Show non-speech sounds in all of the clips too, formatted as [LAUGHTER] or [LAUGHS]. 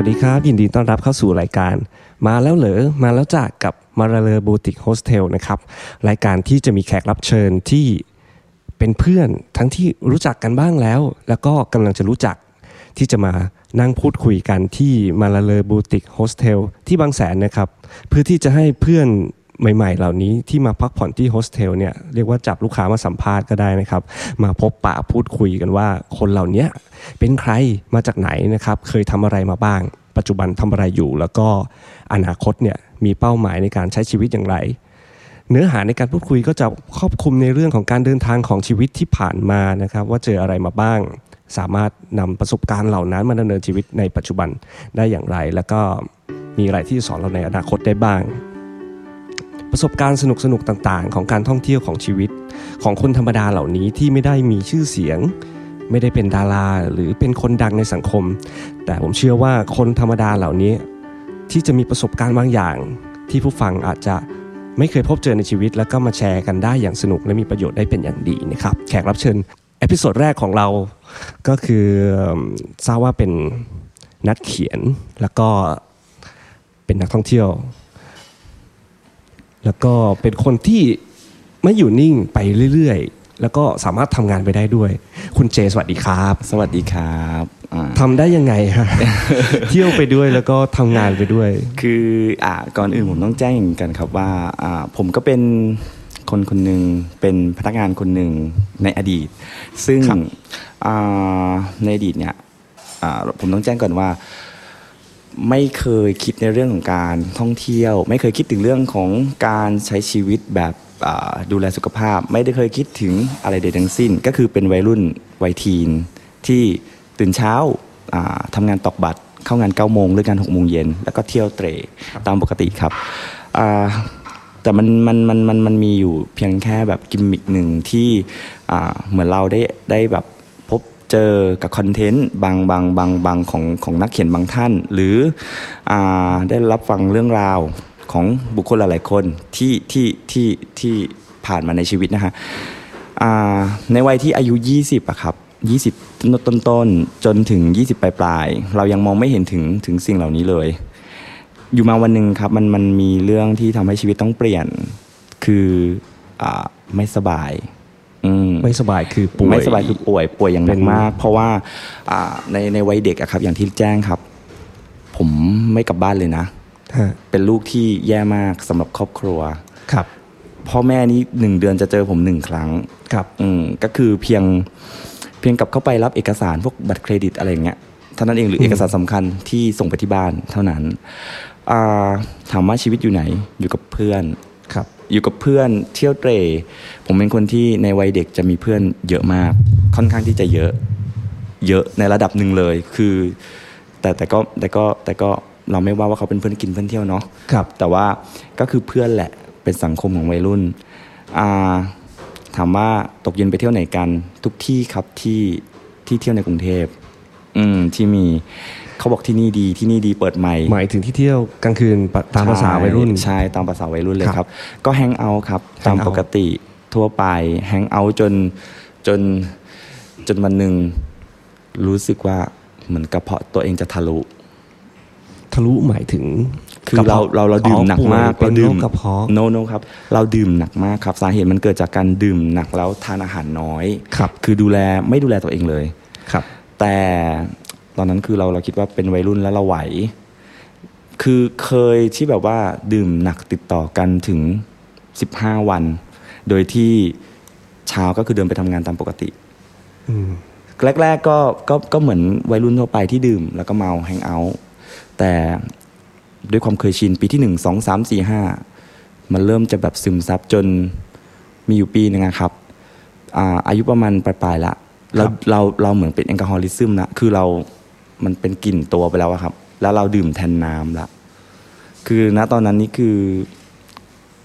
วัสดีครับ ยินดีต้อนรับเข้าสู่รายการ มาแล้วเหรอมาแล้วจากกับมาราเลอบูติกโฮสเทลนะครับ รายการที่จะมีแขกรับเชิญที่เป็นเพื่อนทั้งที่รู้จักกันบ้างแล้ว แล้วก็กำลังจะรู้จักที่จะมานั่งพูดคุยกันที่มาราเลอบูติกโฮสเทลที่บางแสนนะครับ เพื่อที่จะให้เพื่อนใหม่ๆ เหล่านี้ที่มาพักผ่อนที่โฮสเทลเนี่ยเรียกว่าจับลูกค้ามาสัมภาษณ์ก็ได้นะครับ มาพบปะพูดคุยกันว่าคนเหล่าเนี้ยเป็นใครมาจากไหนนะครับ เคยทำอะไรมาบ้าง ปัจจุบันทำอะไรอยู่แล้วก็อนาคตเนี่ยมีเป้าหมายในการใช้ชีวิตอย่างไร เนื้อหาในการพูดคุยก็จะครอบคลุมในเรื่องของการเดินทางของชีวิตที่ผ่านมานะครับ ว่าเจออะไรมาบ้าง สามารถนำประสบการณ์เหล่านั้นมาดำเนินชีวิตในปัจจุบันได้อย่างไร แล้วก็มีอะไรที่จะสอนเราในอนาคตได้บ้าง ประสบการณ์สนุกๆต่างๆ ของการท่องเที่ยวของชีวิต ของคนธรรมดาเหล่านี้ที่ไม่ได้มีชื่อเสียง ไม่ได้เป็นดาราหรือเป็นคนดังในสังคม แต่ผมเชื่อว่าคนธรรมดาเหล่านี้ ที่จะมีประสบการณ์บางอย่าง ที่ผู้ฟังอาจจะไม่เคยพบเจอในชีวิต แล้วก็มาแชร์กันได้อย่างสนุกและมีประโยชน์ได้เป็นอย่างดีนะครับ แขกรับเชิญเอพิโซดแรกของเรา ก็คือเอิ่มทราบว่าเป็นนักเขียนแล้วก็เป็นนักท่องเที่ยว แล้วก็เป็นคนที่ไม่อยู่นิ่งไปเรื่อยๆ แล้วก็สามารถทำงานไปได้ด้วย คุณเจสวัสดีครับ สวัสดีครับอ่า ทำได้ยังไง [LAUGHS] ฮะ เที่ยวไปด้วยแล้วก็ทำงานไปด้วย คืออ่าก่อนอื่นผมต้องแจ้งอย่างนี้กันครับว่าอ่าผมก็เป็นคนคนหนึ่งเป็นพนักงานคนหนึ่งในอดีต ซึ่งอ่าในอดีตเนี่ยอ่าผมต้องแจ้งก่อนว่า ไม่เคยคิดในเรื่องของการท่องเที่ยว ไม่เคยคิดถึงเรื่องของการใช้ชีวิตแบบอ่าดูแลสุขภาพ ไม่ได้เคยคิดถึงอะไรใดทั้งสิ้น ก็คือเป็นวัยรุ่นวัยทีน ที่ตื่นเช้าอ่าทำางานตอกบัตร เข้างาน9ก้าโมงเลิกงาน6กโมงเย็นแล้วก็เที่ยวเตรตามปกติครับอ่าแต่มันมันมันมันมันมีอยู่เพียงแค่แบบกิมมิคหนึ่งที่อ่าเหมือนเราได้ได้แบบ พบเจอกับคอนเทนต์บางบางบางบางของของนักเขียนบางท่าน หรืออ่าได้รับฟังเรื่องราวของบุคคลหลายๆคนที่ที่ที่ที่ผ่านมาในชีวิตนะฮะอ่าในวัยที่อายุ 20อะครับ 20 ต้นต้นๆจนถึง 20 ปลายปลายๆเรายังมองไม่เห็นถึงถึงสิ่งเหล่านี้เลย อยู่มาวันหนึ่งครับมันมันมีเรื่องที่ทำให้ชีวิตต้องเปลี่ยนคืออ่าไม่สบายอืม ไม่สบายคือป่วย ไม่สบายคือป่วยป่วยอย่างหนั เป็ ก น มาก เพราะว่าอ่าในในวัยเด็กอะครับ อย่างที่แจ้งครับ ผมไม่กลับบ้านเลยนะ ฮะ เป็นลูกที่แย่มากสำหรับครอบครัว ครับ พ่อแม่นี่หนึ่งเดือนจะเจอผมหนึ่งครั้ง ครับ อืมก็คือเพียงเพียงกลับเข้าไปรับเอกสารพวกบัตรเครดิตอะไรอย่างเงี้ยเท่านั้นเองหรือเอกสารสำคัญที่ส่งไปที่บ้านเท่านั้นอ่าถามว่าชีวิตอยู่ไหนอยู่กับเพื่อน ครับ อยู่กับเพื่อนเที่ยวเตรผมเป็นคนที่ในวัยเด็กจะมีเพื่อนเยอะมาก ค่อนข้างที่จะเยอะ เยอะในระดับหนึ่งเลย คือ แต่แต่ก็แต่ก็แต่ก็เราไม่ว่าว่าเขาเป็นเพื่อนกินเพื่อนเที่ยวเนาะ ครับ แต่ว่าก็คือเพื่อนแหละเป็นสังคมของวัยรุ่นอ่าถามว่าตกเย็นไปเที่ยวไหนกันทุกที่ครับที่ที่เที่ยวในกรุงเทพอืมที่มีเขาบอกที่นี่ดีที่นี่ดีเปิดใหม่ หมายถึงที่เที่ยวกลางคืนปะตามภาษาวัยรุ่น ใช่ใช่ตามภาษาวัยรุ่นเลย ค ครับ รับ ก็แฮงเอาท์ครับ hang ตาม out ปกติทั่วไปแฮงเอาท์จนจนจนวันหนึ่งรู้สึกว่าเหมือนกระเพาะตัวเองจะทะลุ ทะลุหมายถึง คือเราเราเราดื่มหนักมาก เรา เรา ดื่ ดื่ ม ม กระเพาะ โนโนครับ เราดื่มหนักมากครับ สาเหตุมันเกิดจากการดื่มหนักแล้วทานอาหารน้อย ครับ คือดูแลไม่ดูแลตัวเองเลย ครับ แต่ตอนนั้นคือเราเราคิดว่าเป็นวัยรุ่นแล้วเราไหว คือเคยที่แบบว่าดื่มหนักติดต่อกันถึง 15 วัน โดยที่เช้าก็คือเดินไปทำงานตามปกติ อืม แรก ๆ ก็ก็ก็เหมือนวัยรุ่นทั่วไปที่ดื่ม แล้วก็เมาแฮงเอาท์แต่ด้วยความเคยชินปีที่หนึ่งสองสามสี่ห้ามันเริ่มจะแบบซึมซับจนมีอยู่ปีหนึ่งอะครับอ่าอายุประมาณปลายๆละเราเราเราเหมือนเป็นแอลกอฮอลิซึมละคือเรามันเป็นกลิ่นตัวไปแล้วอะครับ แล้วเราดื่มแทนน้ำละคือณตอนนั้นนี่คือ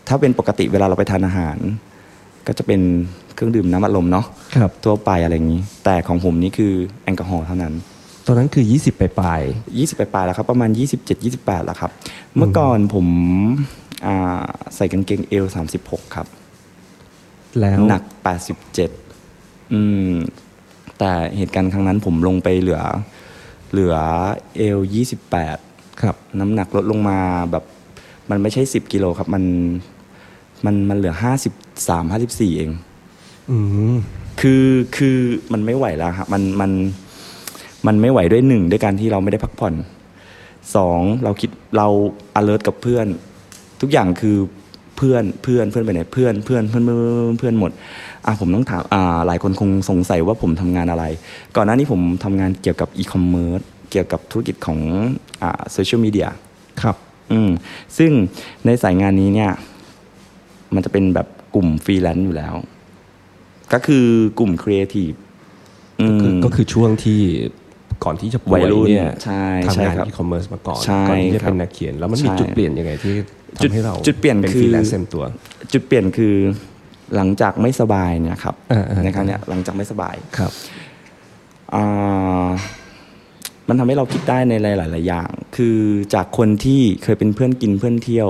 ถ้าเป็นปกติเวลาเราไปทานอาหาร ก็จะเป็นเครื่องดื่มน้ำอัดลมเนาะ ครับ ทั่วไปอะไรอย่างนี้ แต่ของผมนี่คือแอลกอฮอล์เท่านั้น ตอนนั้นคือ 20ปลาย 20ปลายๆแล้วครับ ประมาณ 27 28 แล้วครับ เมื่อก่อนผมอ่าใส่กางเกงเอล36 ครับ ๆแล้ว หนัก 87 อืม แต่เหตุการณ์ครั้งนั้นผมลงไปเหลือ เหลือเอลยี่สิบแปด ครับ น้ำหนักลดลงมาแบบมันไม่ใช่สิบกิโลครับ มันมันมันเหลือห้าสิบสามห้าสิบสี่เอง อืม คือคือมันไม่ไหวแล้วครับมันมันมันไม่ไหวด้วยหนึ่งด้วยการที่เราไม่ได้พักผ่อนสองเราคิดเรา alert กับเพื่อน ทุกอย่างคือเพื่อนเพื่อนเพื่อนไปไหนเพื่อนเพื่อนเพื่อนเพื่อนเพื่อนเพื่อนหมดอ่ะผมต้องถามอ่าหลายคนคงสงสัยว่าผมทำงานอะไร ก่อนหน้านี้ผมทำงานเกี่ยวกับอีคอมเมิร์ซเกี่ยวกับธุรกิจของอ่าโซเชียลมีเดีย ครับ อืมซึ่งในสายงานนี้เนี่ย มันจะเป็นแบบกลุ่มฟรีแลนซ์อยู่แล้ว ก็คือกลุ่มครีเอทีฟอืม ก็คือช่วงที่ก่อนที่จะป่ วั วย ยรุ่น เนี่ย ใช่ ทำ ใช่ งาน ครับ อีคอมเมิร์ซมาก่อน ใช่ ก่อนที่จะเป็น ครับ นักเขียน แล้วมันมี ใช่ จุดเปลี่ยนยังไงที่ จุด ทำให้เรา จุดเปลี่ยน เป็น คือ ฟรีแลนซ์เต็มตัว จุดเปลี่ยนคือหลังจากไม่สบายเนี่ยครับ เออเออ ในครั้งเนี้ยหลังจากไม่สบาย ครับ อ่ามันทำให้เราคิดได้ในหลาย ๆ อย่าง คือจากคนที่เคยเป็นเพื่อนกินเพื่อนเที่ยว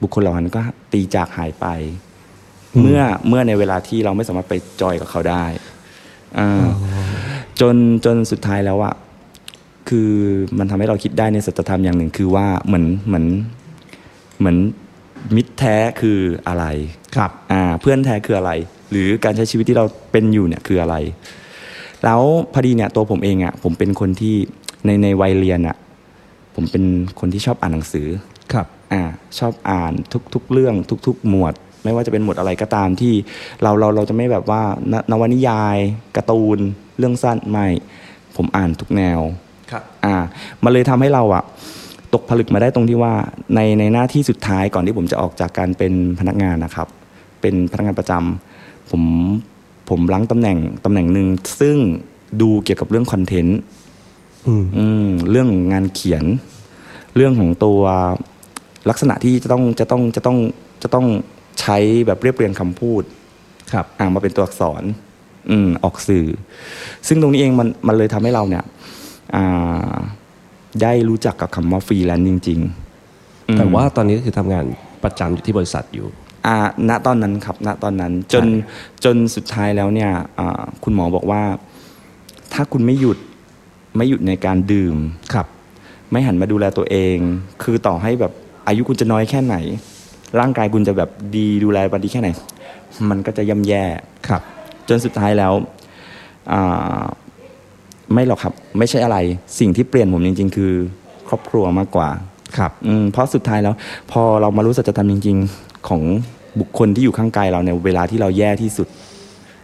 บุคคลเหล่านั้นก็ตีจากหายไป อืม เมื่อเมื่อในเวลาที่เราไม่สามารถไปจอยกับเขาได้อ่าจนจนสุดท้ายแล้วอะคือมันทำให้เราคิดได้ในสัจธรรมอย่างหนึ่ง คือว่าเหมือนเหมือนเหมือนมิตรแท้คืออะไร ครับ อ่าเพื่อนแท้คืออะไร หรือการใช้ชีวิตที่เราเป็นอยู่เนี่ยคืออะไร แล้วพอดีเนี่ยตัวผมเองอะ่ะผมเป็นคนที่ในในวัยเรียนอะ่ะผมเป็นคนที่ชอบอ่านหนังสือ ครับ อ่าชอบอ่านทุกๆเรื่องทุก ๆ หมวด ไม่ว่าจะเป็นหมวดอะไรก็ตามที่เราเราเราจะไม่แบบว่านนวนิยายการ์ตูน เรื่องสั้นไม่ผมอ่านทุกแนว ครับ อ่ามันเลยทำให้เราอะตกผลึกมาได้ตรงที่ว่าในในหน้าที่สุดท้ายก่อนที่ผมจะออกจากการเป็นพนักงานนะครับ เป็นพนักงานประจำผมผมล้างตำแหน่งตำแหน่งหนึ่งซึ่งดูเกี่ยวกับเรื่องคอนเทนต์ อืม อืมเรื่องงานเขียน เรื่องของตัวลักษณะที่จะต้องจะต้องจะต้องจะต้องใช้แบบเรียบเรียงคำพูด ครับ อ่ามาเป็นตัวอักษร อืม ออกสื่อ ซึ่งตรงนี้เองมันมันเลยทำให้เราเนี่ย อ่า ได้รู้จักกับคำว่าฟรีแลนซ์จริงๆอืม แต่ว่าตอนนี้ก็คือทำงานประจำอยู่ที่บริษัทอยู่ อ่า ณตอนนั้นครับ ณตอนนั้น จนจนสุดท้ายแล้วเนี่ย อ่า คุณหมอบอกว่า ถ้าคุณไม่หยุดไม่หยุดในการดื่ม ครับ ไม่หันมาดูแลตัวเอง คือต่อให้แบบอายุคุณจะน้อยแค่ไหน ร่างกายคุณจะแบบดีดูแลบันดีแค่ไหน มันก็จะย่ำแย่ ครับ จนสุดท้ายแล้วอ่าไม่หรอกครับ ไม่ใช่อะไร สิ่งที่เปลี่ยนผมจริง ๆ คือ ครอบครัวมากกว่า ครับ อืมเพราะสุดท้ายแล้ว พอเรามารู้สัจธรรมจริง ๆ ของบุคคลที่อยู่ข้างกายเราในเวลาที่เราแย่ที่สุด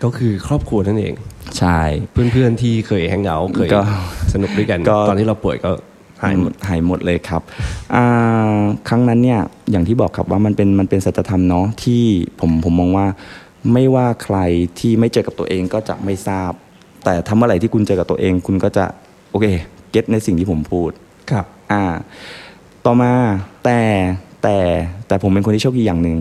ก็คือครอบครัวนั่นเอง ใช่ เพื่อนๆที่เคยแฮงเอาท์เคย ก็ สนุกด้วยกัน ก็ ตอนที่เราป่วยก็หายหมด หายหมดเลยครับอ่าครั้งนั้นเนี่ยอย่างที่บอกครับว่ามันเป็นมันเป็นสัจธรรมเนาะที่ผมผมมองว่า ไม่ว่าใครที่ไม่เจอกับตัวเองก็จะไม่ทราบ แต่ทำเมื่อไหร่ที่คุณเจอกับตัวเอง คุณก็จะโอเคเก็ตในสิ่งที่ผมพูด ครับ อ่า ต่อมาแต่แต่แต่ผมเป็นคนที่โชคดีอย่างหนึ่ง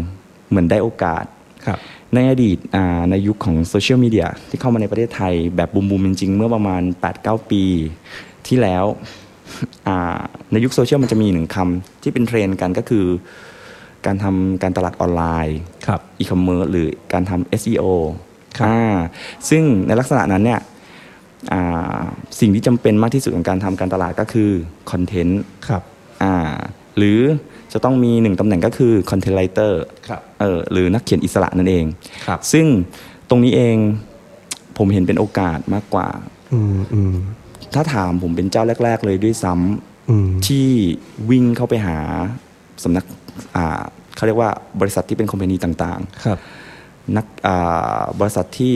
เหมือนได้โอกาส ครับ ในอดีตอ่าในยุคของโซเชียลมีเดียที่เข้ามาในประเทศไทยแบบบูมบูมจริง ๆ เมื่อประมาณ 8-9 ปีที่แล้วอ่าในยุคโซเชียลมันจะมีหนึ่งคำที่เป็นเทรนด์กันก็คือ การทำการตลาดออนไลน์ ครับ อีคอมเมิร์ซหรือการทำ SEO ครับ อ่าซึ่งในลักษณะนั้นเนี่ยอ่าสิ่งที่จำเป็นมากที่สุดของการทำการตลาดก็คือคอนเทนต์ ครับ อ่าหรือจะต้องมีหนึ่งตำแหน่งก็คือคอนเทนต์ไรเตอร์ ครับ เออหรือนักเขียนอิสระนั่นเอง ครับ ซึ่งตรงนี้เองผมเห็นเป็นโอกาสมากกว่า อืมอืม ถ้าถามผมเป็นเจ้าแรก ๆ เลยด้วยซ้ำ อืม ที่วิ่งเข้าไปหาสำนักอ่าเขาเรียกว่าบริษัทที่เป็นคอมพานีต่าง ครับ ๆ นักอ่าบริษัทที่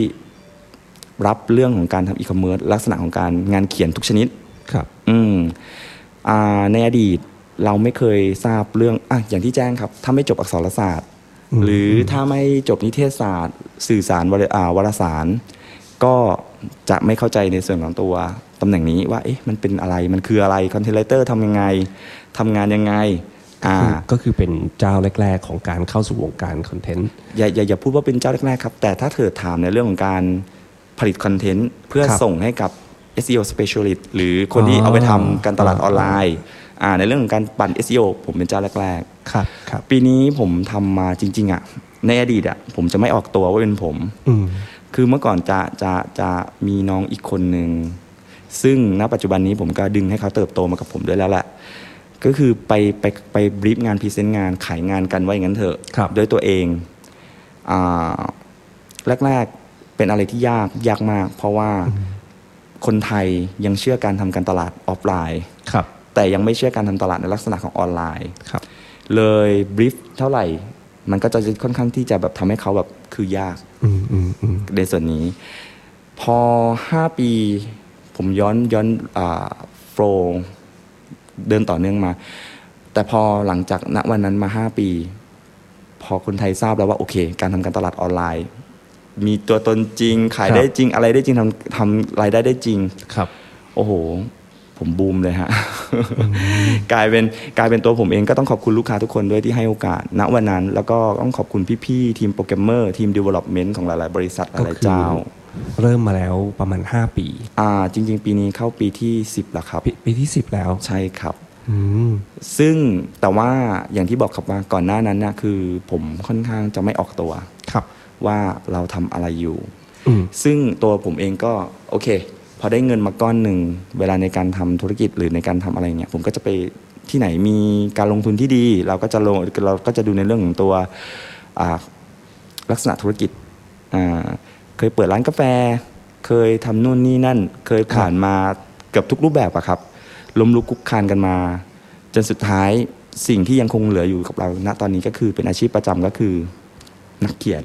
รับเรื่องของการทำอีคอมเมิร์ซลักษณะของการงานเขียนทุกชนิด ครับ อืมอ่าในอดีตเราไม่เคยทราบเรื่องอ่ะอย่างที่แจ้งครับ ถ้าไม่จบอักษรศาสตร์ อืม หรือถ้าไม่จบนิเทศศาสตร์ สื่อสารวารอ่าวารสาร ก็จะไม่เข้าใจในส่วนของตัวตำแหน่งนี้ว่าเอ๊ะมันเป็นอะไรมันคืออะไรคอนเทนเตอร์ทำยังไงทำงานยังไงอ่า คือก็คือเป็นเจ้าแรก ๆ ของการเข้าสู่วงการคอนเทนต์ อย่าอย่าอย่าพูดว่าเป็นเจ้าแรกๆครับ แต่ถ้าเธอถามในเรื่องของการผลิตคอนเทนต์เพื่อ ครับ ส่งให้กับ SEO specialist หรือคนที่เอาไปทำการตลาด อ๋อ ออนไลน์อ่าในเรื่องของการปั่น SEO ผมเป็นเจ้าแรกๆ ครับ ครับ ปีนี้ผมทำมาจริง ๆอะ่ะในอดีตอะ่ะผมจะไม่ออกตัวว่าเป็นผม อืม คือเมื่อก่อนจะจะจะมีน้องอีกคนหนึ่ง ซึ่งณปัจจุบันนี้ผมก็ดึงให้เขาเติบโตมากับผมด้วยแล้วแหละก็คือไปไปไปบรีฟงานพรีเซนต์งานขายงานกันว่าอย่างนั้นเถอะ ครับ ด้วยตัวเองอ่าแรกๆเป็นอะไรที่ยากยากมาก เพราะว่าคนไทยยังเชื่อการทำการตลาดออฟไลน์ ครับ แต่ยังไม่เชื่อการทำตลาดในลักษณะของออนไลน์ ครับ เลยบรีฟเท่าไหร่ มันก็จะค่อนข้างที่จะแบบทำให้เขาแบบคือยาก อืมอืมอืม ในส่วนนี้ พอ 5 ปีผมย้อนย้อนโฟลเดินต่อเนื่องมา แต่พอหลังจากณวันนั้นมา 5 ปี พอคนไทยทราบแล้วว่า โอเค การทำการตลาดออนไลน์ มีตัวตนจริง ขายได้จริง อะไรได้จริงทำทำรายได้ได้จริง ครับ โอ้โห ผมบูมเลยฮะ กลายเป็นกลายเป็นตัวผมเองก็ต้องขอบคุณลูกค้าทุกคนด้วยที่ให้โอกาส ณวันนั้น แล้วก็ต้องขอบคุณพี่ๆ ทีมโปรแกรมเมอร์ ทีม Development ของหลายๆ บริษัทห ก็ ลาย คือๆเจ้า เริ่มมาแล้วประมาณ 5 ปี อ่าจริง ๆ ปีนี้เข้าปีที่ 10แล้วครับ ปปีที่ 10 แล้ว ใช่ครับ อืม ซึ่งแต่ว่าอย่างที่บอกครับว่าก่อนหน้านั้นนะคือผมค่อนข้างจะไม่ออกตัว ครับ ว่าเราทำอะไรอยู่ อืม ซึ่งตัวผมเองก็โอเค พอได้เงินมาก้อนหนึ่ง เวลาในการทำธุรกิจหรือในการทำอะไรเนี่ย ผมก็จะไปที่ไหนมีการลงทุนที่ดี เราก็จะลงเราก็จะดูในเรื่องของตัวอ่าลักษณะธุรกิจอ่าเคยเปิดร้านกาแฟ เคยทำนู่นนี่นั่น เคยผ่านมาเกือบทุกรูปแบบอะครับล้มลุกคลุกคลานกันมา จนสุดท้ายสิ่งที่ยังคงเหลืออยู่กับเราณตอนนี้ก็คือเป็นอาชีพประจำก็คือนักเขียน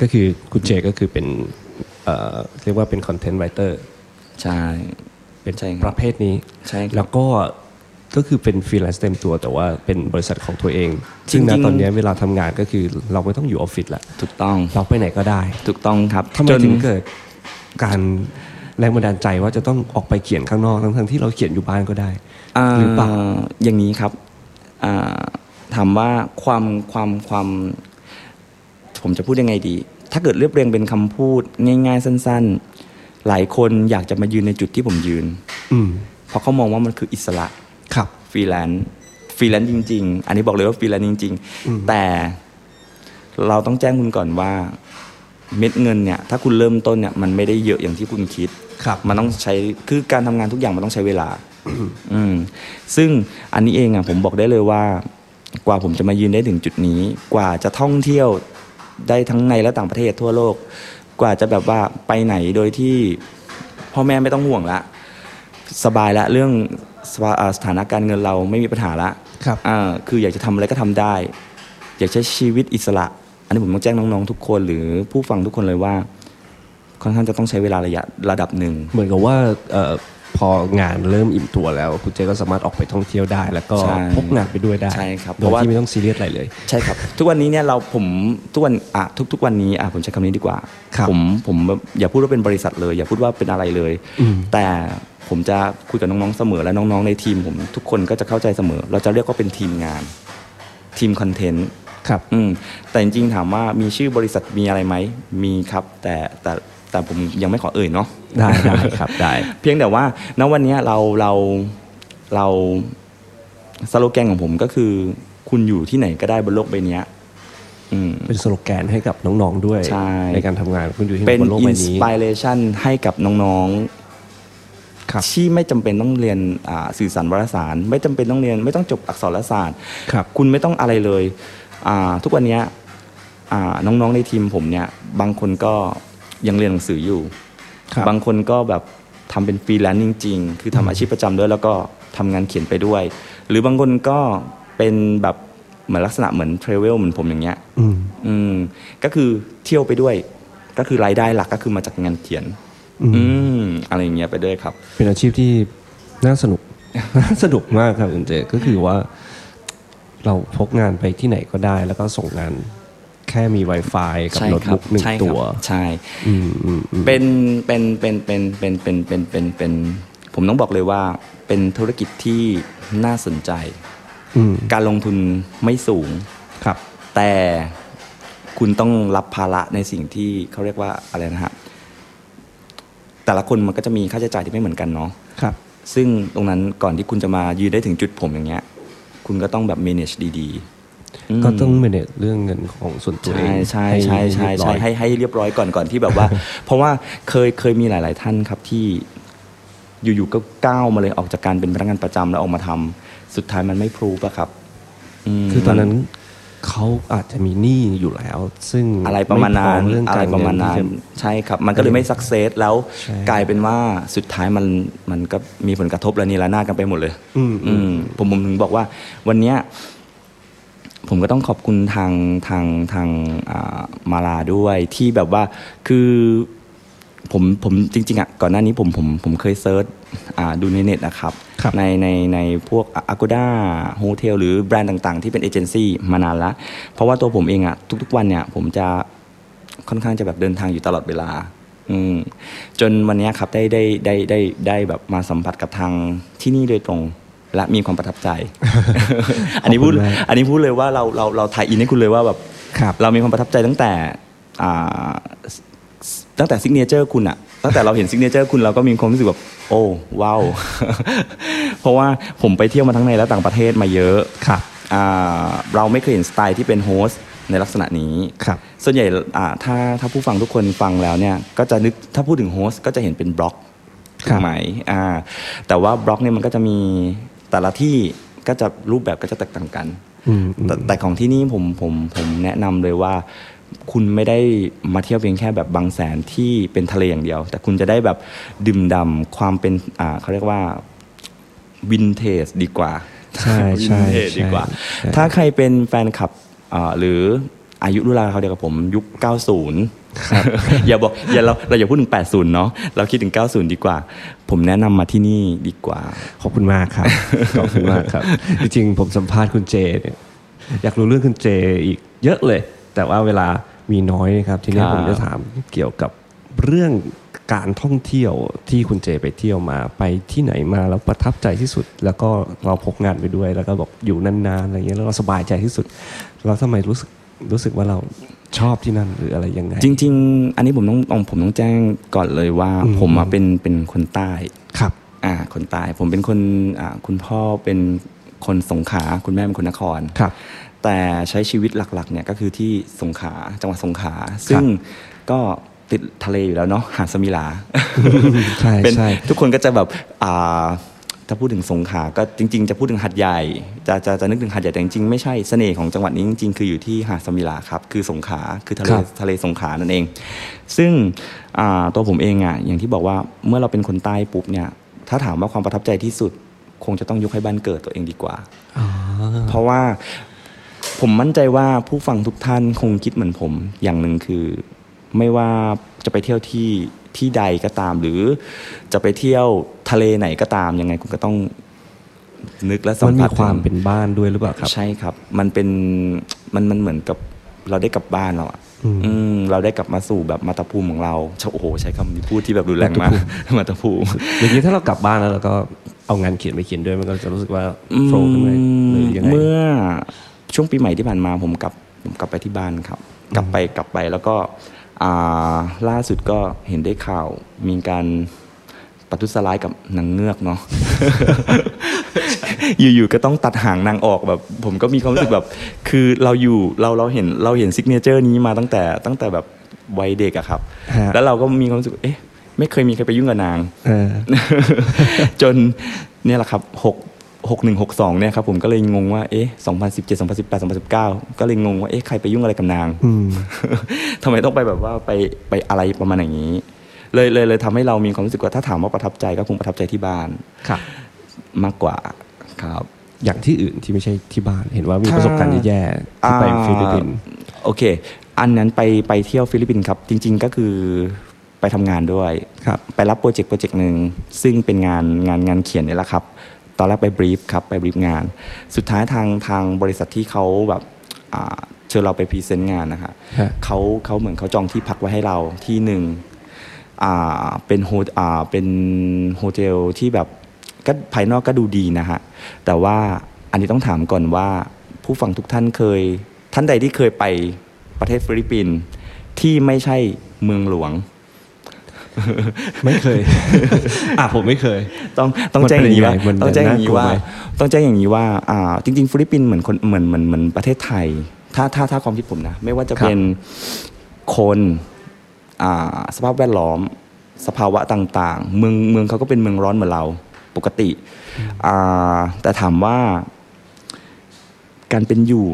ก็คือคุณเจก็คือเป็นเอ่อเรียกว่าเป็นคอนเทนต์ไรเตอร์ ใช่ เป็น ใช่ครับ ประเภทนี้ ใช่ครับ แล้วก็ก็คือเป็นฟรีแลนซ์เต็มตัวแต่ว่าเป็นบริษัทของตัวเอง ซึ่ง จริ นะ งๆ ตอนเนี้ยเวลาทำงานก็คือเราไม่ต้องอยู่ออฟฟิศละ ถูกต้อง เราไปไหนก็ได้ ถูกต้องครับ ทำไม จน ถึงเกิดการแรงบันดาลใจว่าจะต้องออกไปเขียนข้างนอกทั้งทที่เราเขียนอยู่บ้านก็ได้ า หรือเปล่า อย่างนี้ครับอ่าถามว่าความความความ ผมจะพูดยังไงดี ถ้าเกิดเรียบเรียงเป็นคำพูดง่าย ๆ สั้น ๆ หลายคนอยากจะมายืนในจุดที่ผมยืน อืม เพราะเขามองว่ามันคืออิสระ ครับ ฟรีแลนซ์ฟรีแลนซ์จริง ๆ อันนี้บอกเลยว่าฟรีแลนซ์จริง ๆ แต่เราต้องแจ้งคุณก่อนว่าเม็ดเงินเนี่ย ถ้าคุณเริ่มต้นเนี่ยมันไม่ได้เยอะอย่างที่คุณคิด ครับ มันต้องใช้ คือการทำงานทุกอย่างมันต้องใช้เวลา อืม ซึ่งอันนี้เองอ่ะผมบอกได้เลยว่า กว่าผมจะมายืนได้ถึงจุดนี้ กว่าจะท่องเที่ยวได้ทั้งในและต่างประเทศทั่วโลก กว่าจะแบบว่าไปไหนโดยที่พ่อแม่ไม่ต้องห่วงละ สบายละเรื่องสภาอ่าสถานะการเงินเราไม่มีปัญหาละ ครับ อ่าคืออยากจะทำอะไรก็ทำได้ อยากใช้ชีวิตอิสระ อันนี้ผมต้องแจ้งน้องๆทุกคนหรือผู้ฟังทุกคนเลยว่า ค่อนข้างจะต้องใช้เวลาระยะระดับหนึ่ง เหมือนกับว่าเอ่อพองานเริ่มอิ่มตัวแล้ว คุณเจก็สามารถออกไปท่องเที่ยวได้ แล้วก็ ใช่ พกงานไปด้วยได้ ใช่ครับ โดยเพราะว่า ที่ไม่ต้องซีเรียสอะไรเลย ใช่ครับ ทุกวันนี้เนี่ยเราผมทุกวันอ่ะทุกทุกวันนี้อ่ะผมใช้คำนี้ดีกว่า ครับ ผมผมแบบอย่าพูดว่าเป็นบริษัทเลย อย่าพูดว่าเป็นอะไรเลย อืม แต่ผมจะคุยกับน้องๆเสมอและน้องๆในทีมผมทุกคนก็จะเข้าใจเสมอ เราจะเรียกว่าเป็นทีมงาน ทีมคอนเทนต์ ครับ อืมแต่จริงๆถามว่ามีชื่อบริษัทมีอะไรไหมมีครับ แต่แต่แต่ผมยังไม่ขอเอ่ยเนาะ ได้ได้ครับได้ เพียงแต่ว่าณวันเนี้ยเราเราเราสโลแกนของผมก็คือ คุณอยู่ที่ไหนก็ได้บนโลกใบเนี้ยอืม เป็นสโลแกนให้กับน้องๆด้วย ใช่ การทำงานคุณอยู่ที่ เป็น บนโลก อิ ใบ นส นี้ ปิเรชันให้กับน้อง ครับ ๆ ที่ไม่จำเป็นต้องเรียนอ่าสื่อสารวารสาร ไม่จำเป็นต้องเรียน ไม่ต้องจบอักษรศาสตร์ ครับ คุณไม่ต้องอะไรเลยอ่าทุกวันเนี้ยอ่าน้องๆในทีมผมเนี่ย บางคนก็ยังเรียนหนังสืออยู่ บางคนก็แบบทำเป็นฟรีแลนซ์จริง ๆ คือทำอาชีพประจำด้วยแล้วก็ทำงานเขียนไปด้วย หรือบางคนก็เป็นแบบเหมือนลักษณะเหมือนเทรเวลเหมือนผมอย่างเงี้ย อืม อืม ก็คือเที่ยวไปด้วย ก็คือรายได้หลักก็คือมาจากงานเขียน อืม อืม อะไรอย่างเงี้ยไปด้วยครับ เป็นอาชีพที่น่าสนุก [LAUGHS] น่าสนุกมากครับคุณเจก็คือว่า เราพกงานไปที่ไหนก็ได้ แล้วก็ส่งงานแค่มี Wi-Fi กับ ใช่ โน้ต ครับ บุ๊กหนึ่ง ใช่ครับ ตัว ใช่ อืมอืมอืม เป็นเป็นเป็นเป็นเป็นเป็นเป็นเป็นเป็น ผมต้องบอกเลยว่าเป็นธุรกิจที่น่าสนใจ อืม การลงทุนไม่สูง ครับ แต่คุณต้องรับภาระในสิ่งที่เขาเรียกว่าอะไรนะฮะแต่ละคนมันก็จะมีค่าใช้จ่ายที่ไม่เหมือนกันเนาะ ครับ ซึ่งตรงนั้นก่อนที่คุณจะมายืนได้ถึงจุดผมอย่างเงี้ย คุณก็ต้องแบบ manage ดีๆม ก็ต้อง manage เรื่องเงินของส่วนตัวเอ ใช่ ง ใช่ใช่ใช่ ห้เรียบร้อยใช่ [LAUGHS] ให้ให้เรียบร้อยก่อนก่อนที่แบบว่า เพราะว่าเคยเคยมีหลาย ๆ ท่านครับที่ อยู่ๆก็ก้าวมาเลยออกจากการเป็นพนักงานประจำแล้วออกมาทำสุดท้ายมันไม่พรูฟอะครับม คือตอนนั้นเขาอาจจะมีหนี้อยู่แล้ว ซึ่ง อะไรประมาณนั้น ไพเรื่อง อะไร การ ประ เงิ มาณ นที่ นั้น จะ ใช่ครับ มันก็เลยไม่สักเซสแล้ว ใช่ กลายเป็นว่าสุดท้ายมันมันก็มีผลกระทบระนีระนาดกันไปหมดเลย อืม อืมผมผมถึงบอกว่าวันเนี้ยผมก็ต้องขอบคุณทางทางทางอ่ามาลาด้วยที่แบบว่าคือผมผมจริง ๆอ่ะก่อนหน้านี้ผมผมผมเคยเซิร์ชอ่าดูในเน็ตนะครับ ครับ ในในในพวก Agoda Hotel หรือแบรนด์ต่างๆ ที่เป็นเอเจนซี่มานานละ เพราะว่าตัวผมเองอ่ะทุกๆวันเนี่ยผมจะ ค่อนข้างจะแบบเดินทางอยู่ตลอดเวลา อืมจนวันเนี้ยครับได้ได้ได้ได้ได้แบบมาสัมผัสกับทางที่นี่โดยตรง และมีความประทับใจ [LAUGHS] อันนี้พูด ขอบคุณมาก อันนี้พูดเลยว่าเราเราเราถ่ายอินให้คุณเลยว่าแบบ ครับ เรามีความประทับใจตั้งแต่อ่าสตั้งแต่ซิกเนเจอร์คุณอะตั้งแต่เราเห็นซิกเนเจอร์คุณเราก็มีความรู้สึกแบบโอ้ว้ [LAUGHS] าว เพราะว่าผมไปเที่ยวมาทั้งในและต่างประเทศมาเยอะ ครับ อ่าเราไม่เคยเห็นสไตล์ที่เป็นโฮสต์ในลักษณะนี้ ครับ ส่วนใหญ่อ่าถ้าถ้าผู้ฟังทุกคนฟังแล้วเนี่ยก็จะนึกถ้าพูดถึงโฮสต์ก็จะเห็นเป็นบล็อก ค ถู รับ กไหมอ่าแต่ว่าบล็อกเนี่ยมันก็จะมีแต่ละที่ก็จะรูปแบบก็จะแตกต่างกัน อืมอืม แต่แต่ของที่นี่ผมผมผมแนะนำเลยว่า คุณไม่ได้มาเที่ยวเพียงแค่แบบบางแสนที่เป็นทะเลอย่างเดียว แต่คุณจะได้แบบดื่มดำความเป็นอ่าเขาเรียกว่าวินเทจดีกว่า ใช่ใช่ วินเทจดีกว่า ใช่ ถ้าใครเป็นแฟนคลับอ่าหรืออายุรุ่นราวเขาวเดียวกับผมยุค 90 [LAUGHS] อย่าบอกอย่าเราเราอย่าพูดถึง 80 เนาะเราคิดถึง 90 ดีกว่า ผมแนะนำมาที่นี่ดีกว่า ขอบคุณมากครับ [LAUGHS] ขอบคุณมากครับ จริงๆ ผมสัมภาษณ์คุณเจเนี่ยอยากรู้เรื่องคุณเจอีกเยอะเลย แต่ว่าเวลามีน้อยนะครับ ทีนี้ ครับ ผมจะถามเกี่ยวกับเรื่องการท่องเที่ยวที่คุณเจไปเที่ยวมาไปที่ไหนมาแล้วประทับใจที่สุด แล้วก็เราพกงานไปด้วย แล้วก็บอกอยู่นานๆอะไรเงี้ยแล้วเราสบายใจที่สุด เราทำไมรู้สึกรู้สึกว่าเราชอบที่นั่นหรืออะไรยังไง จริง ๆ อันนี้ผมต้องผมต้องแจ้งก่อนเลยว่า อืม ผมอะเป็นเป็นคนใต้ ครับ อ่าคนใต้ผมเป็นคนอ่าคุณพ่อเป็นคนสงขลาคุณแม่เป็นคนนคร ครับ แต่ใช้ชีวิตหลักๆเนี่ยก็คือที่สงขลาจังหวัดสงขลาซึ่งก็ติดทะเลอยู่แล้วเนาะหาดสมิลา [LAUGHS] ใช่ เป็น ใช่ [LAUGHS] ทุกคนก็จะแบบอ่าถ้าพูดถึงสงขลาก็จริง ๆ จะพูดถึงหาดใหญ่จะจะจะนึกถึงหาดใหญ่แต่จริงๆไม่ใช่เสน่ห์ของจังหวัดนี้จริงๆคืออยู่ที่หาดสมิลาครับคือสงขลาคือทะเล ครับ ทะเลสงขลานั่นเอง ซึ่งอ่าตัวผมเองอ่ะอย่างที่บอกว่าเมื่อเราเป็นคนใต้ปุ๊บเนี่ยถ้าถามว่าความประทับใจที่สุด คงจะต้องยกให้บ้านเกิดตัวเองดีกว่า อ๋อ เพราะว่าผมมั่นใจว่าผู้ฟังทุกท่านคงคิดเหมือนผมอย่างหนึ่งคือ ไม่ว่าจะไปเที่ยวที่ที่ใดก็ตาม หรือจะไปเที่ยวทะเลไหนก็ตาม ยังไงคุณก็ต้องนึกและสัม มัน ผั มี ส ความ ถึ เป็นบ้านด้วยหรือเปล่าง ครับ ใช่ครับ มันเป็นมันมันเหมือนกับเราได้กลับบ้านเราอะ อืม อืมเราได้กลับมาสู่แบบมาตาภูมิของเราโอ้โห ใช้คำนี้พูดที่แบบรุนแรงมากมาตาภูมิ อย่างนี้ถ้าเรากลับบ้านแล้วเราก็เอางานเขียนไปเขียนด้วยมันก็จะรู้สึกว่า อืม โฟล์ขึ้นไหมหรือยังไง เมื่อช่วงปีใหม่ที่ผ่านมาผมกลับผมกลับไปที่บ้านครับ กลับไปกลับไปแล้วก็อ่าล่าสุดก็เห็นได้ข่าวมีการปัทุสลายกับนางเงือก [LAUGHS] เนาะ อยู่ๆก็ต้องตัดหางนางออกแบบ ผมก็มีความรู้สึกแบบ คือเราอยู่เราเราเห็นเราเห็นซิกเนเจอร์นี้มาตั้งแต่ตั้งแต่แบบวัยเด็กอะครับ ฮะ แล้วเราก็มีความรู้สึกเอ๊ะไม่เคยมีใครไปยุ่งกับนาง เออ [LAUGHS] จนเนี่ยแหละครับ6 6 1 6 2เนี่ยครับผมก็เลยงงว่าเอ๊ะ2017 2018 2019 ก็เลยงงว่าเอ๊ะใครไปยุ่งอะไรกับนาง [LAUGHS] อืม ทำไมต้องไปแบบว่าไปไปอะไรประมาณอย่างนี้ เลยเลยเลยทำให้เรามีความรู้สึกว่าถ้าถามว่าประทับใจก็คงประทับใจที่บ้าน ครับ มากกว่าครับ อย่างที่อื่นที่ไม่ใช่ที่บ้านเห็นว่ามี ถ้า ประสบการณ์แย่ๆที่ไปฟิลิปปินส์ อ่าโอเค อันนั้นไปไปเที่ยวฟิลิปปินส์ครับ จริง ๆ ก็คือไปทำงานด้วย ครับ ไปรับโปรเจกต์โปรเจกต์หนึ่งซึ่งเป็นงานงานงานเขียนเนี่ยแหละครับ ตอนแรกไปบรีฟครับไปบรีฟงาน สุดท้ายทางทางบริษัทที่เขาแบบอ่าเชิญเราไปพรีเซนต์งานนะคะ ฮะ เขาเขาเหมือนเขาจองที่พักไว้ให้เราที่หนึ่งอ่าเป็นโฮอ่าเป็นโฮเทลที่แบบก็ภายนอกก็ดูดีนะฮะแต่ว่าอันนี้ต้องถามก่อนว่าผู้ฟังทุกท่านเคย ท่านใดที่เคยไปประเทศฟิลิปปินส์ที่ไม่ใช่เมืองหลวง ไม่เคย อ่ะผมไม่เคย ต้องต้อง มัน แจ้ง เป็ อนย่างนี้ว่า ยังไงมัน ต้องแจ้งอย่างนี้ น่ากลัว ว่า ไหม ต้องแจ้งอย่างนี้ว่าอ่าจริง ๆ ฟิลิปปินส์เหมือนคนเหมือนเหมือนเหมือนประเทศไทย ถ้าถ้าถ้าความคิดผมนะ ไม่ว่าจะเป็นคนอ่าสภาพแวดล้อม สภาวะต่างๆ เมืองเมืองเขาก็เป็นเมืองร้อนเหมือนเราปกติอ่าแต่ถามว่าการเป็นอยู่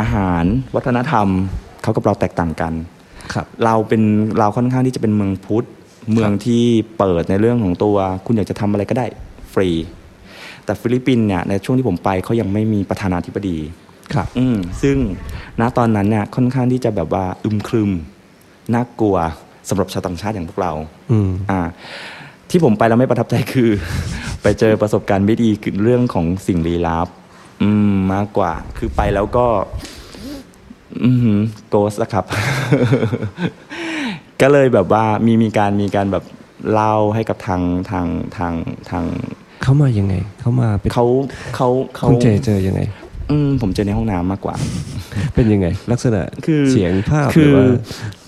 อาหารวัฒนธรรมเขากับเราแตกต่างกัน ครับ เราเป็นเราค่อนข้างที่จะเป็นเมืองพุทธเมืองที่เปิดในเรื่องของตัว คุณอยากจะทำอะไรก็ได้ฟรี แต่ฟิลิปปินส์เนี่ยในช่วงที่ผมไปเขายังไม่มีประธานาธิบดี ครับ อืมซึ่งณตอนนั้นเนี่ยค่อนข้างที่จะแบบว่าอึมครึมน่ากลัวสำหรับชาวต่างชาติอย่างพวกเรา อืม อ่าที่ผมไปแล้วไม่ประทับใจ [LAUGHS] คือ ไปเจอประสบการณ์ไม่ดีคือเรื่องของสิ่งลี้ลับ อืมมากกว่า คือไปแล้วก็ อืมโกสอะครับ [LAUGHS] ก็เลยแบบว่ามีมีการมีการแบบเล่าให้กับทางทางทางทาง เข้ามายังไง เข้ามาเป็น เขาเขาเขา คุณเจเจอยังไง อืมผมเจอในห้องน้ำมากกว่า เป็นยังไง ลักษณะ คือ เสียงภาพห คื รืออว่า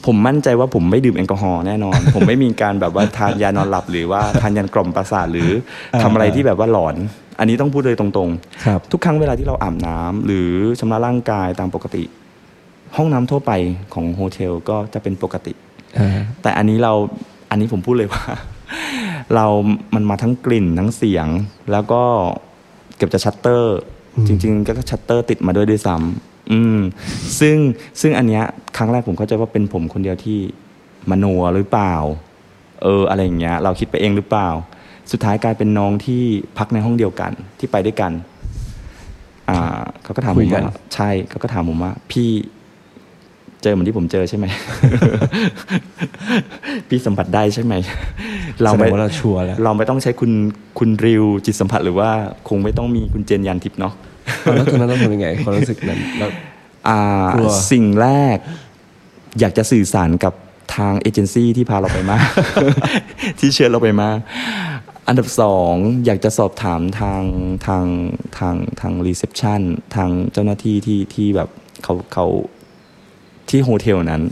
ผมมั่นใจว่าผมไม่ดื่มแอลกอฮอล์แน่ [LAUGHS] นอน ผมไม่มีการแบบว่าทานยานอนหลับหรือว่าทานยานกล่อมประสาทหรือทำอะไรที่แบบว่าหลอน อันนี้ต้องพูดเลยตรง ครับ ๆ ทุกครั้งเวลาที่เราอาบน้ำหรือชำระร่างกายตามปกติ ห้องน้ำทั่วไปของโฮเทลก็จะเป็นปกติ อ่า แต่อันนี้เราอันนี้ผมพูดเลยว่า [LAUGHS] เรา มันมาทั้งกลิ่นทั้งเสียง แล้วก็เกือบจะชัตเตอร์ อืม จริง ๆ ก็ชัตเตอร์ติดมาด้วยด้วยซ้ำอืม ซึ่งซึ่งอันเนี้ยครั้งแรกผมเข้าใจว่าเป็นผมคนเดียวที่มโนหรือเปล่า เอออะไรอย่างเงี้ย เราคิดไปเองหรือเปล่า สุดท้ายกลายเป็นน้องที่พักในห้องเดียวกันที่ไปด้วยกัน อ่าเขาก็ถามผ คุ ม ยกัน ว่าใช่เขาก็ถามผมว่า พี่เจอเหมือนที่ผมเจอใช่ไหม [LAUGHS] พี่สัมผัสได้ใช่ไหม เรา แสด ไม่ งว่าเราชัวร์แล้ว เราไม่ต้องใช้คุณคุณริวจิตสัมผัสหรือว่าคงไม่ต้องมีคุณเจนยันทิพย์เนาะ เอาแล้วตอนนั้นเราทำยังไงความรู้สึกนั้นเรา อ่าก ลัว สิ่งแรกอยากจะสื่อสารกับทางเอเจนซี่ที่พาเราไปมา [LAUGHS] ที่เชิญเราไปมา อันดับสองอยากจะสอบถามทางทางทางทางรีเซพชันทางเจ้าหน้าที่ที่ที่แบบเขาเขาที่โฮเทลนั้น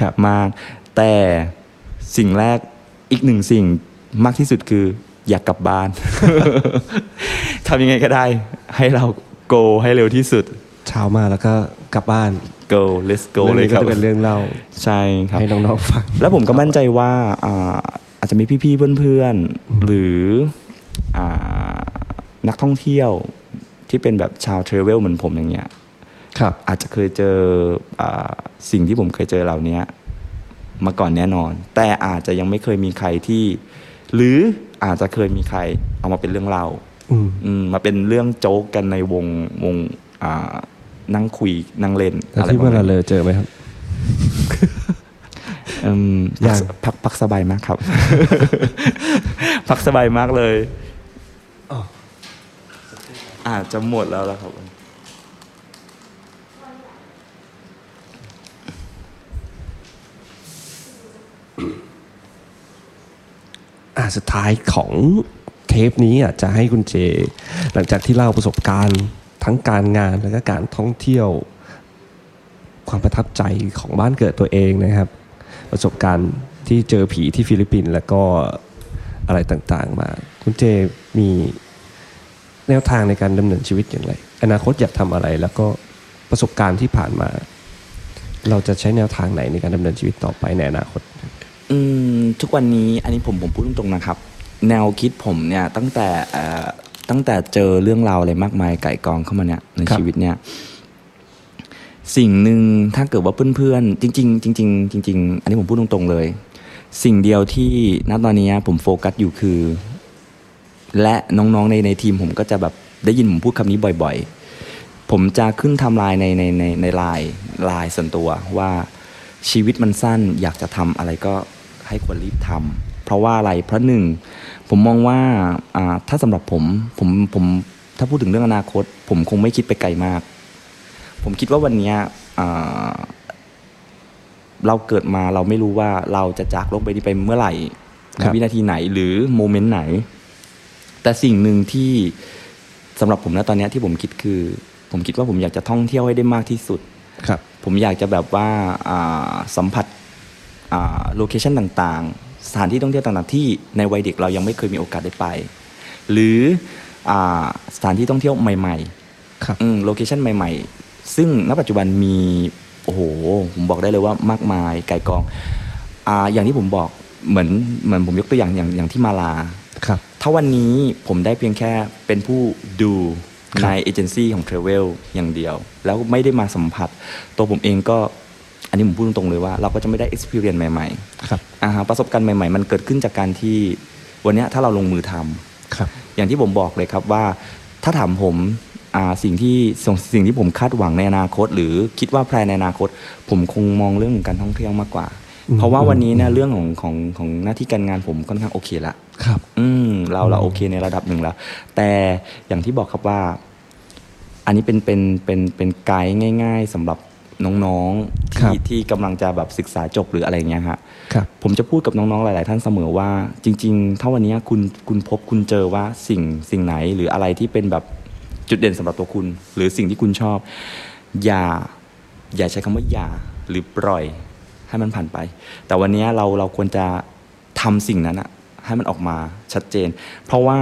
ครับ มาก แต่สิ่งแรกอีกหนึ่งสิ่งมากที่สุดคืออยากกลับบ้าน [LAUGHS] ทำยังไงก็ได้ ให้เราโกให้เร็วที่สุด เช้ามาแล้วก็กลับบ้าน go let's go เลย นี้ ค ก็ รับ จะเป็นเรื่องเล่า ใช่ครับ ให้น้องๆฟัง แล้วผมก็มั่นใจว่าอ่าอาจจะมีพี่ๆเพื่อนๆ หรืออ่านักท่องเที่ยวที่เป็นแบบชาวเทรเวลเหมือนผมอย่างเงี้ย ครับ อาจจะเคยเจออาสิ่งที่ผมเคยเจอเหล่านี้มาก่อนแน่นอน แต่อาจจะยังไม่เคยมีใครที่ หรืออาจจะเคยมีใครเอามาเป็นเรื่องเล่า อืม อืมมาเป็นเรื่องโจ๊กกันในวงวงอ่านั่งคุยนั่งเล่น แล้ว อะไร ที่ ป มา ระมา ลา ณ เล นั้น อเจอไหมครับ อืม ยัง พักพักสบายมากครับ พักสบายมากเลยอาจจะหมดแล้วล่ะครับ อ่าสุดท้ายของเทปนี้อ่ะจะให้คุณเจ หลังจากที่เล่าประสบการณ์ทั้งการงานแล้วก็การท่องเที่ยว ความประทับใจของบ้านเกิดตัวเองนะครับ ประสบการณ์ที่เจอผีที่ฟิลิปปินส์แล้วก็อะไรต่างๆ มา คุณเจมีแนวทางในการดำเนินชีวิตอย่างไร อนาคตอยากทำอะไร แล้วก็ประสบการณ์ที่ผ่านมา เราจะใช้แนวทางไหนในการดำเนินชีวิตต่อไปในอนาคต อืมทุกวันนี้อันนี้ผมผมพูดตรงๆนะครับ แนวคิดผมเนี่ยตั้งแต่เอ่อตั้งแต่เจอเรื่องราวอะไรมากมายไก่กองเข้ามาเนี่ยใน ครับ ชีวิตเนี่ย สิ่งหนึ่งถ้าเกิดว่าเพื่อนๆ จริง ๆ จริง ๆ จริง ๆ อันนี้ผมพูดตรงๆเลย สิ่งเดียวที่ณตอนนี้ผมโฟกัสอยู่คือ และน้องๆในในทีมผมก็จะแบบได้ยินผมพูดคำนี้บ่อยๆ ผมจะขึ้นไทำลายในในในในไลน์ไลน์ส่วนตัวว่าชีวิตมันสั้นอยากจะทำอะไรก็ให้ควรรีบทำเพราะว่าอะไรเพราะหนึ่งผมมองว่าอ่าถ้าสำหรับผมผมผมถ้าพูดถึงเรื่องอนาคต ผมคงไม่คิดไปไกลมาก ผมคิดว่าวันเนี้ยอ่าเราเกิดมาเราไม่รู้ว่าเราจะจากโลกใบนี้ไปเมื่อไหร่ ค ใน รับ วินาทีไหนหรือโมเมนต์ไหน แต่สิ่งหนึ่งที่สำหรับผมนะตอนเนี้ยที่ผมคิดคือ ผมคิดว่าผมอยากจะท่องเที่ยวให้ได้มากที่สุด ครับ ผมอยากจะแบบว่าอ่าสัมผัสโลเคชันต่างๆ สถานที่ท่องเที่ยวต่างๆที่ในวัยเด็กเรายังไม่เคยมีโอกาสได้ไป หรืออาสถานที่ท่องเที่ยวใหม่ ๆ ครับ อืมโลเคชันใหม่ ๆ ซึ่งณปัจจุบันมี โอ้โห ผมบอกได้เลยว่ามากมายไกลกอง อ่า อย่างที่ผมบอก เหมือนเหมือนผมยกตัวอย่างอย่างอย่างที่มาลา ครับ ถ้าวันนี้ผมได้เพียงแค่เป็นผู้ดูในเอเจนซี่ของ t r a v e l อย่างเดียว แล้วไม่ได้มาสัมผัส ตัวผมเองก็อันนี้ผมพูดตรงๆเลยว่า เราก็จะไม่ได้ experience ใหม่ ครับ ๆอ่าฮะประสบการณ์ใหม่ๆ มันเกิดขึ้นจากการที่วันเนี้ยถ้าเราลงมือทำ ครับ อย่างที่ผมบอกเลยครับว่าถ้าถามผมอ่าสิ่งที่สงสิ่งที่ผมคาดหวังในอนาคต หรือคิดว่าแพลนในอนาคต ผมคงมองเรื่องของการท่องเที่ยวมากกว่า อืม เพราะว่าวันนี้เนี่ยเรื่องของของของหน้าที่การงานผมค่อนข้างโอเคละ ครับ อืมเราเราโอเคในระดับหนึ่งแล้ว แต่อย่างที่บอกครับว่า อันนี้เป็นเป็นเป็นเป็นไกด์ง่าย ๆสำหรับน้องๆ ครั ที่ บ ที่กำลังจะแบบศึกษาจบหรืออะไรอย่างเงี้ยฮะ ครับ ผมจะพูดกับน้อง ๆ หลาย ๆ ท่านเสมอว่า จริง ๆ ถ้าวันนี้คุณคุณพบคุณเจอว่าสิ่งสิ่งไหนหรืออะไรที่เป็นแบบจุดเด่นสำหรับตัวคุณ หรือสิ่งที่คุณชอบ อย่าอย่าใช้คำว่าอย่าหรือปล่อยให้มันผ่านไป แต่วันนี้เราเราควรจะทำสิ่งนั้นอะให้มันออกมาชัดเจน เพราะว่า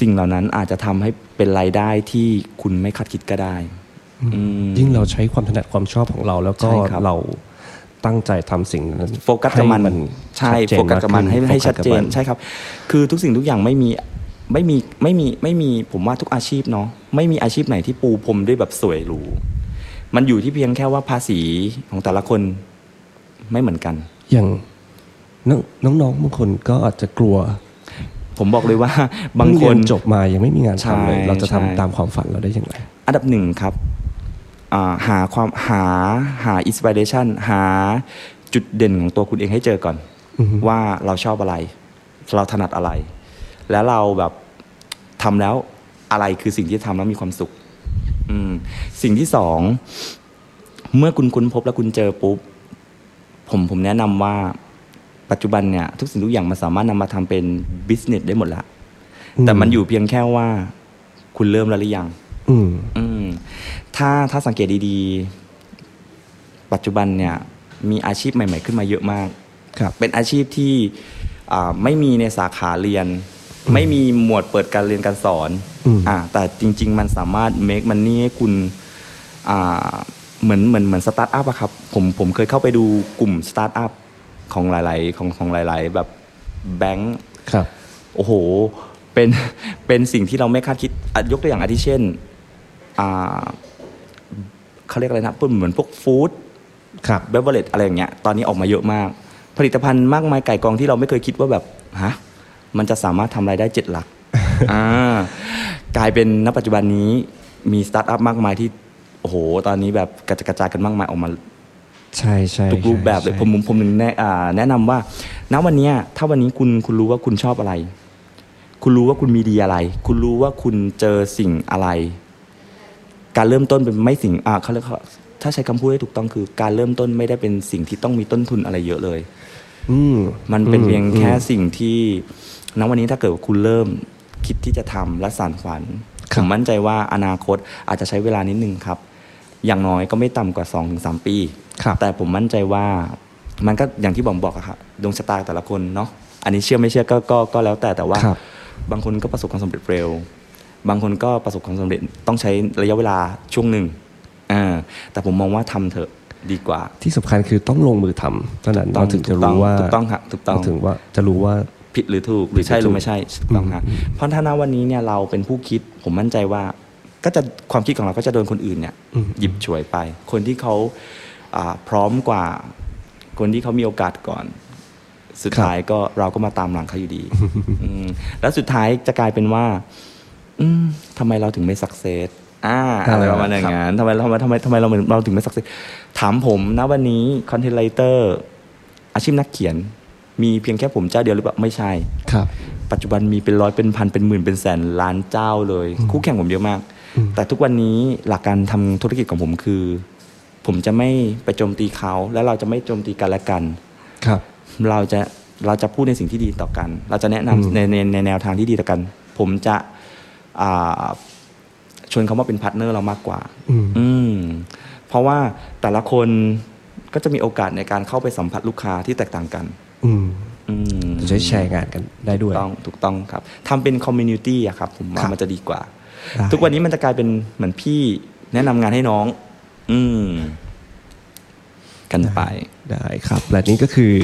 สิ่งเหล่านั้นอาจจะทำให้เป็นรายได้ที่คุณไม่คาดคิดก็ได้ อืม ยิ่งเราใช้ความถนัดความชอบของเรา แล้วก็ ใช่ครับ เราตั้งใจทำสิ่งนั้น โฟกัสกับมัน ให้ ใช่ ชัดเจ โฟกัสกับมันให้ าขึ้ ให้ชัดเจน โฟกัสกับมั ใช่ครับ คือทุกสิ่งทุกอย่างไม่มีไม่มีไม่มีไม่มีผมว่าทุกอาชีพเนาะไม่มีอาชีพไหนที่ปูพรมด้วยแบบสวยหรูมันอยู่ที่เพียงแค่ว่าภาษีของแต่ละคนไม่เหมือนกัน อย่างน้องน้องๆบางคนก็อาจจะกลัว ผมบอกเลยว่า บางคน เพิ่เรียจบมายังไม่มีงานทำเลย ใช่ เราจะทำ ใช่ ตามความฝันเราได้อย่างไร อันดับหนึ่งครับอ่าหาความหาหาอินสปิเรชันหาจุดเด่นของตัวคุณเองให้เจอก่อน อือฮึ ว่าเราชอบอะไร เราถนัดอะไร แล้วเราแบบทำแล้วอะไรคือสิ่งที่ทำแล้วมีความสุข อืม สิ่งที่สอง เมื่อคุณค้นพบแล้วคุณเจอปุ๊บ ผมผมแนะนำว่าปัจจุบันเนี่ย ทุกสิ่งทุกอย่างมันสามารถนำมาทำเป็นบิสเนสได้หมดละแต่มันอยู่เพียงแค่ว่าคุณเริ่มแล้วหรือยัง อืม อืมถ้าถ้าสังเกตดีๆ ปัจจุบันเนี่ย มีอาชีพใหม่ ๆ ขึ้นมาเยอะมาก ครับ เป็นอาชีพที่อ่าไม่มีในสาขาเรียน ไม่มีหมวดเปิดการเรียนการสอน อืม อ่าแต่จริง ๆ มันสามารถ make money ให้คุณอ่าเหมือนเหมือนเหมือนสตาร์ทอัพอะครับผมผมเคยเข้าไปดูกลุ่มสตาร์ทอัพของหลาย ๆ ของของหลาย ๆ แบบแบงค์ ครับ โอ้โห เป็น เป็นสิ่งที่เราไม่คาดคิดอ่ะยกตัวอย่างอาทิเช่น อ่าเขาเรียกอะไรนะพวกเหมือนพวกฟู้ด ครับ เบเวอร์เรจอะไรอย่างเงี้ย ตอนนี้ออกมาเยอะมาก ผลิตภัณฑ์มากมายไก่กองที่เราไม่เคยคิดว่าแบบ ฮะ มันจะสามารถทำรายได้เจ็ดหลัก อ่ากลายเป็นณปัจจุบันนี้มีสตาร์ทอัพมากมายที่ โอ้โห ตอนนี้แบบกระจัดกระจายกันมากมายออกมา ใช่ใช่ ทุกรูปแบบเลย ใช่ ผมผมผมถึงแนะอ่าแนะนำว่า ณวันเนี้ยถ้าวันนี้คุณคุณรู้ว่าคุณชอบอะไร คุณรู้ว่าคุณมีดีอะไร คุณรู้ว่าคุณเจอสิ่งอะไร การเริ่มต้นเป็นไม่สิ่งอ่าเขาเรียกเขาถ้าใช้คำพูดให้ถูกต้องคือ การเริ่มต้นไม่ได้เป็นสิ่งที่ต้องมีต้นทุนอะไรเยอะเลย อืม มันเป็น อืม เพียงแค่ อืม สิ่งที่ณวันนี้ถ้าเกิดว่าคุณเริ่มคิดที่จะทำและสานฝัน ค ผ รับ มมั่นใจว่าอนาคตอาจจะใช้เวลานิดนึงครับ อย่างน้อยก็ไม่ต่ำกว่า2อถึงสปี ครับ แต่ผมมั่นใจว่ามันก็อย่างที่บอมบอกอะครับดวงชะตาแต่ละคนเนาะอันนี้เชื่อไม่เชื่อก็ก็ก็แล้วแต่แต่ว่า ครับ บางคนก็ประสบความสำเร็จเร็ว บางคนก็ประสบความสำเร็จต้องใช้ระยะเวลาช่วงหนึ่งอ่าแต่ผมมองว่าทำเถอะดีกว่า ที่สำคัญคือต้องลงมือทำเท่านั้นเราถึงจะรู้ว่า ถูกต้องครับถูกต้อง เราถึงว่าจะรู้ว่า ผิดหรือถูกหรือใช่หรือไม่ใช่ถูกต้องฮะ อืม เพราะถ้าณวันนี้เนี่ยเราเป็นผู้คิดผมมั่นใจว่าก็จะความคิดของเราก็จะโดนคนอื่นเนี่ย อืม หยิบฉวยไป คนที่เขาอ่าพร้อมกว่า คนที่เขามีโอกาสก่อน สุด ครับ ท้ายก็เราก็มาตามหลังเขาอยู่ดี อืมแล้วสุดท้ายจะกลายเป็นว่า อืมทำไมเราถึงไม่สักเซสอ่าอะไรประมาณอย่างนั้นทำไมเราทำไมทำไมทำไมเราเหมือนเราถึงไม่สักเซสถามผมนะวันนี้คอนเทนต์ไรเตอร์อาชีพนักเขียน มีเพียงแค่ผมเจ้าเดียวหรือเปล่าไม่ใช่ ครับ ปัจจุบันมีเป็นร้อยเป็นพันเป็นหมื่นเป็นแสนล้านเจ้าเลย คู่แข่งผมเยอะมาก อืม แต่ทุกวันนี้หลักการทำธุรกิจของผมคือ ผมจะไม่ไปโจมตีเขาและเราจะไม่โจมตีกันและกัน ครับ เราจะเราจะพูดในสิ่งที่ดีต่อกัน เราจะแนะนำ อืม ในในในแนวทางที่ดีต่อกัน ผมจะอ่าชวนเขามาเป็นพาร์ทเนอร์เรามากกว่า อืม อืม เพราะว่าแต่ละคนก็จะมีโอกาสในการเข้าไปสัมผัสลูกค้าที่แตกต่างกัน อืม อืม จะได้แชร์งานกันได้ด้วย ถูกต้องถูกต้องครับทำเป็นคอมมูนิตี้อะครับผม ครั ว่า บ มันจะดีกว่า ได้ ทุกวันนี้มันจะกลายเป็นเหมือนพี่แนะนำงานให้น้อง อืม กันไป ได้ครับ และนี่ก็คือ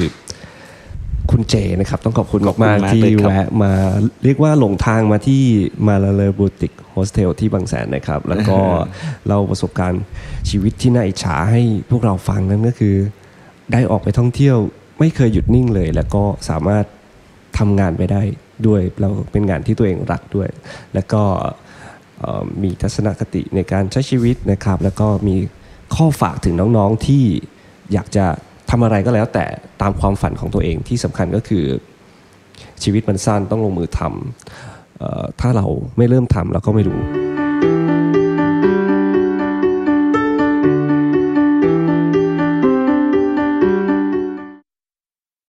คุณเจนะครับ ต้องขอบคุณ ขอบคุณ มากๆมาก ที่ เลยครับ แวะมาเรียกว่าหลงทางมาที่มาลาเลอบูติกโฮสเทลที่บางแสนนะครับ แล้วก็ เล่าประสบการณ์ชีวิตที่น่าอิจฉาให้พวกเราฟังนั่นก็คือ ได้ออกไปท่องเที่ยวไม่เคยหยุดนิ่งเลย แล้วก็สามารถทำงานไปได้ด้วยเราเป็นงานที่ตัวเองรักด้วย แล้วก็เอ่อมีทัศนคติในการใช้ชีวิตนะครับ แล้วก็มีข้อฝากถึงน้องๆที่อยากจะทำอะไรก็แล้ว แต่ตามความฝันของตัวเองที่สำคัญก็คือ ชีวิตมันสั้นต้องลงมือทำเอ่อถ้าเราไม่เริ่มทำเราก็ไม่รู้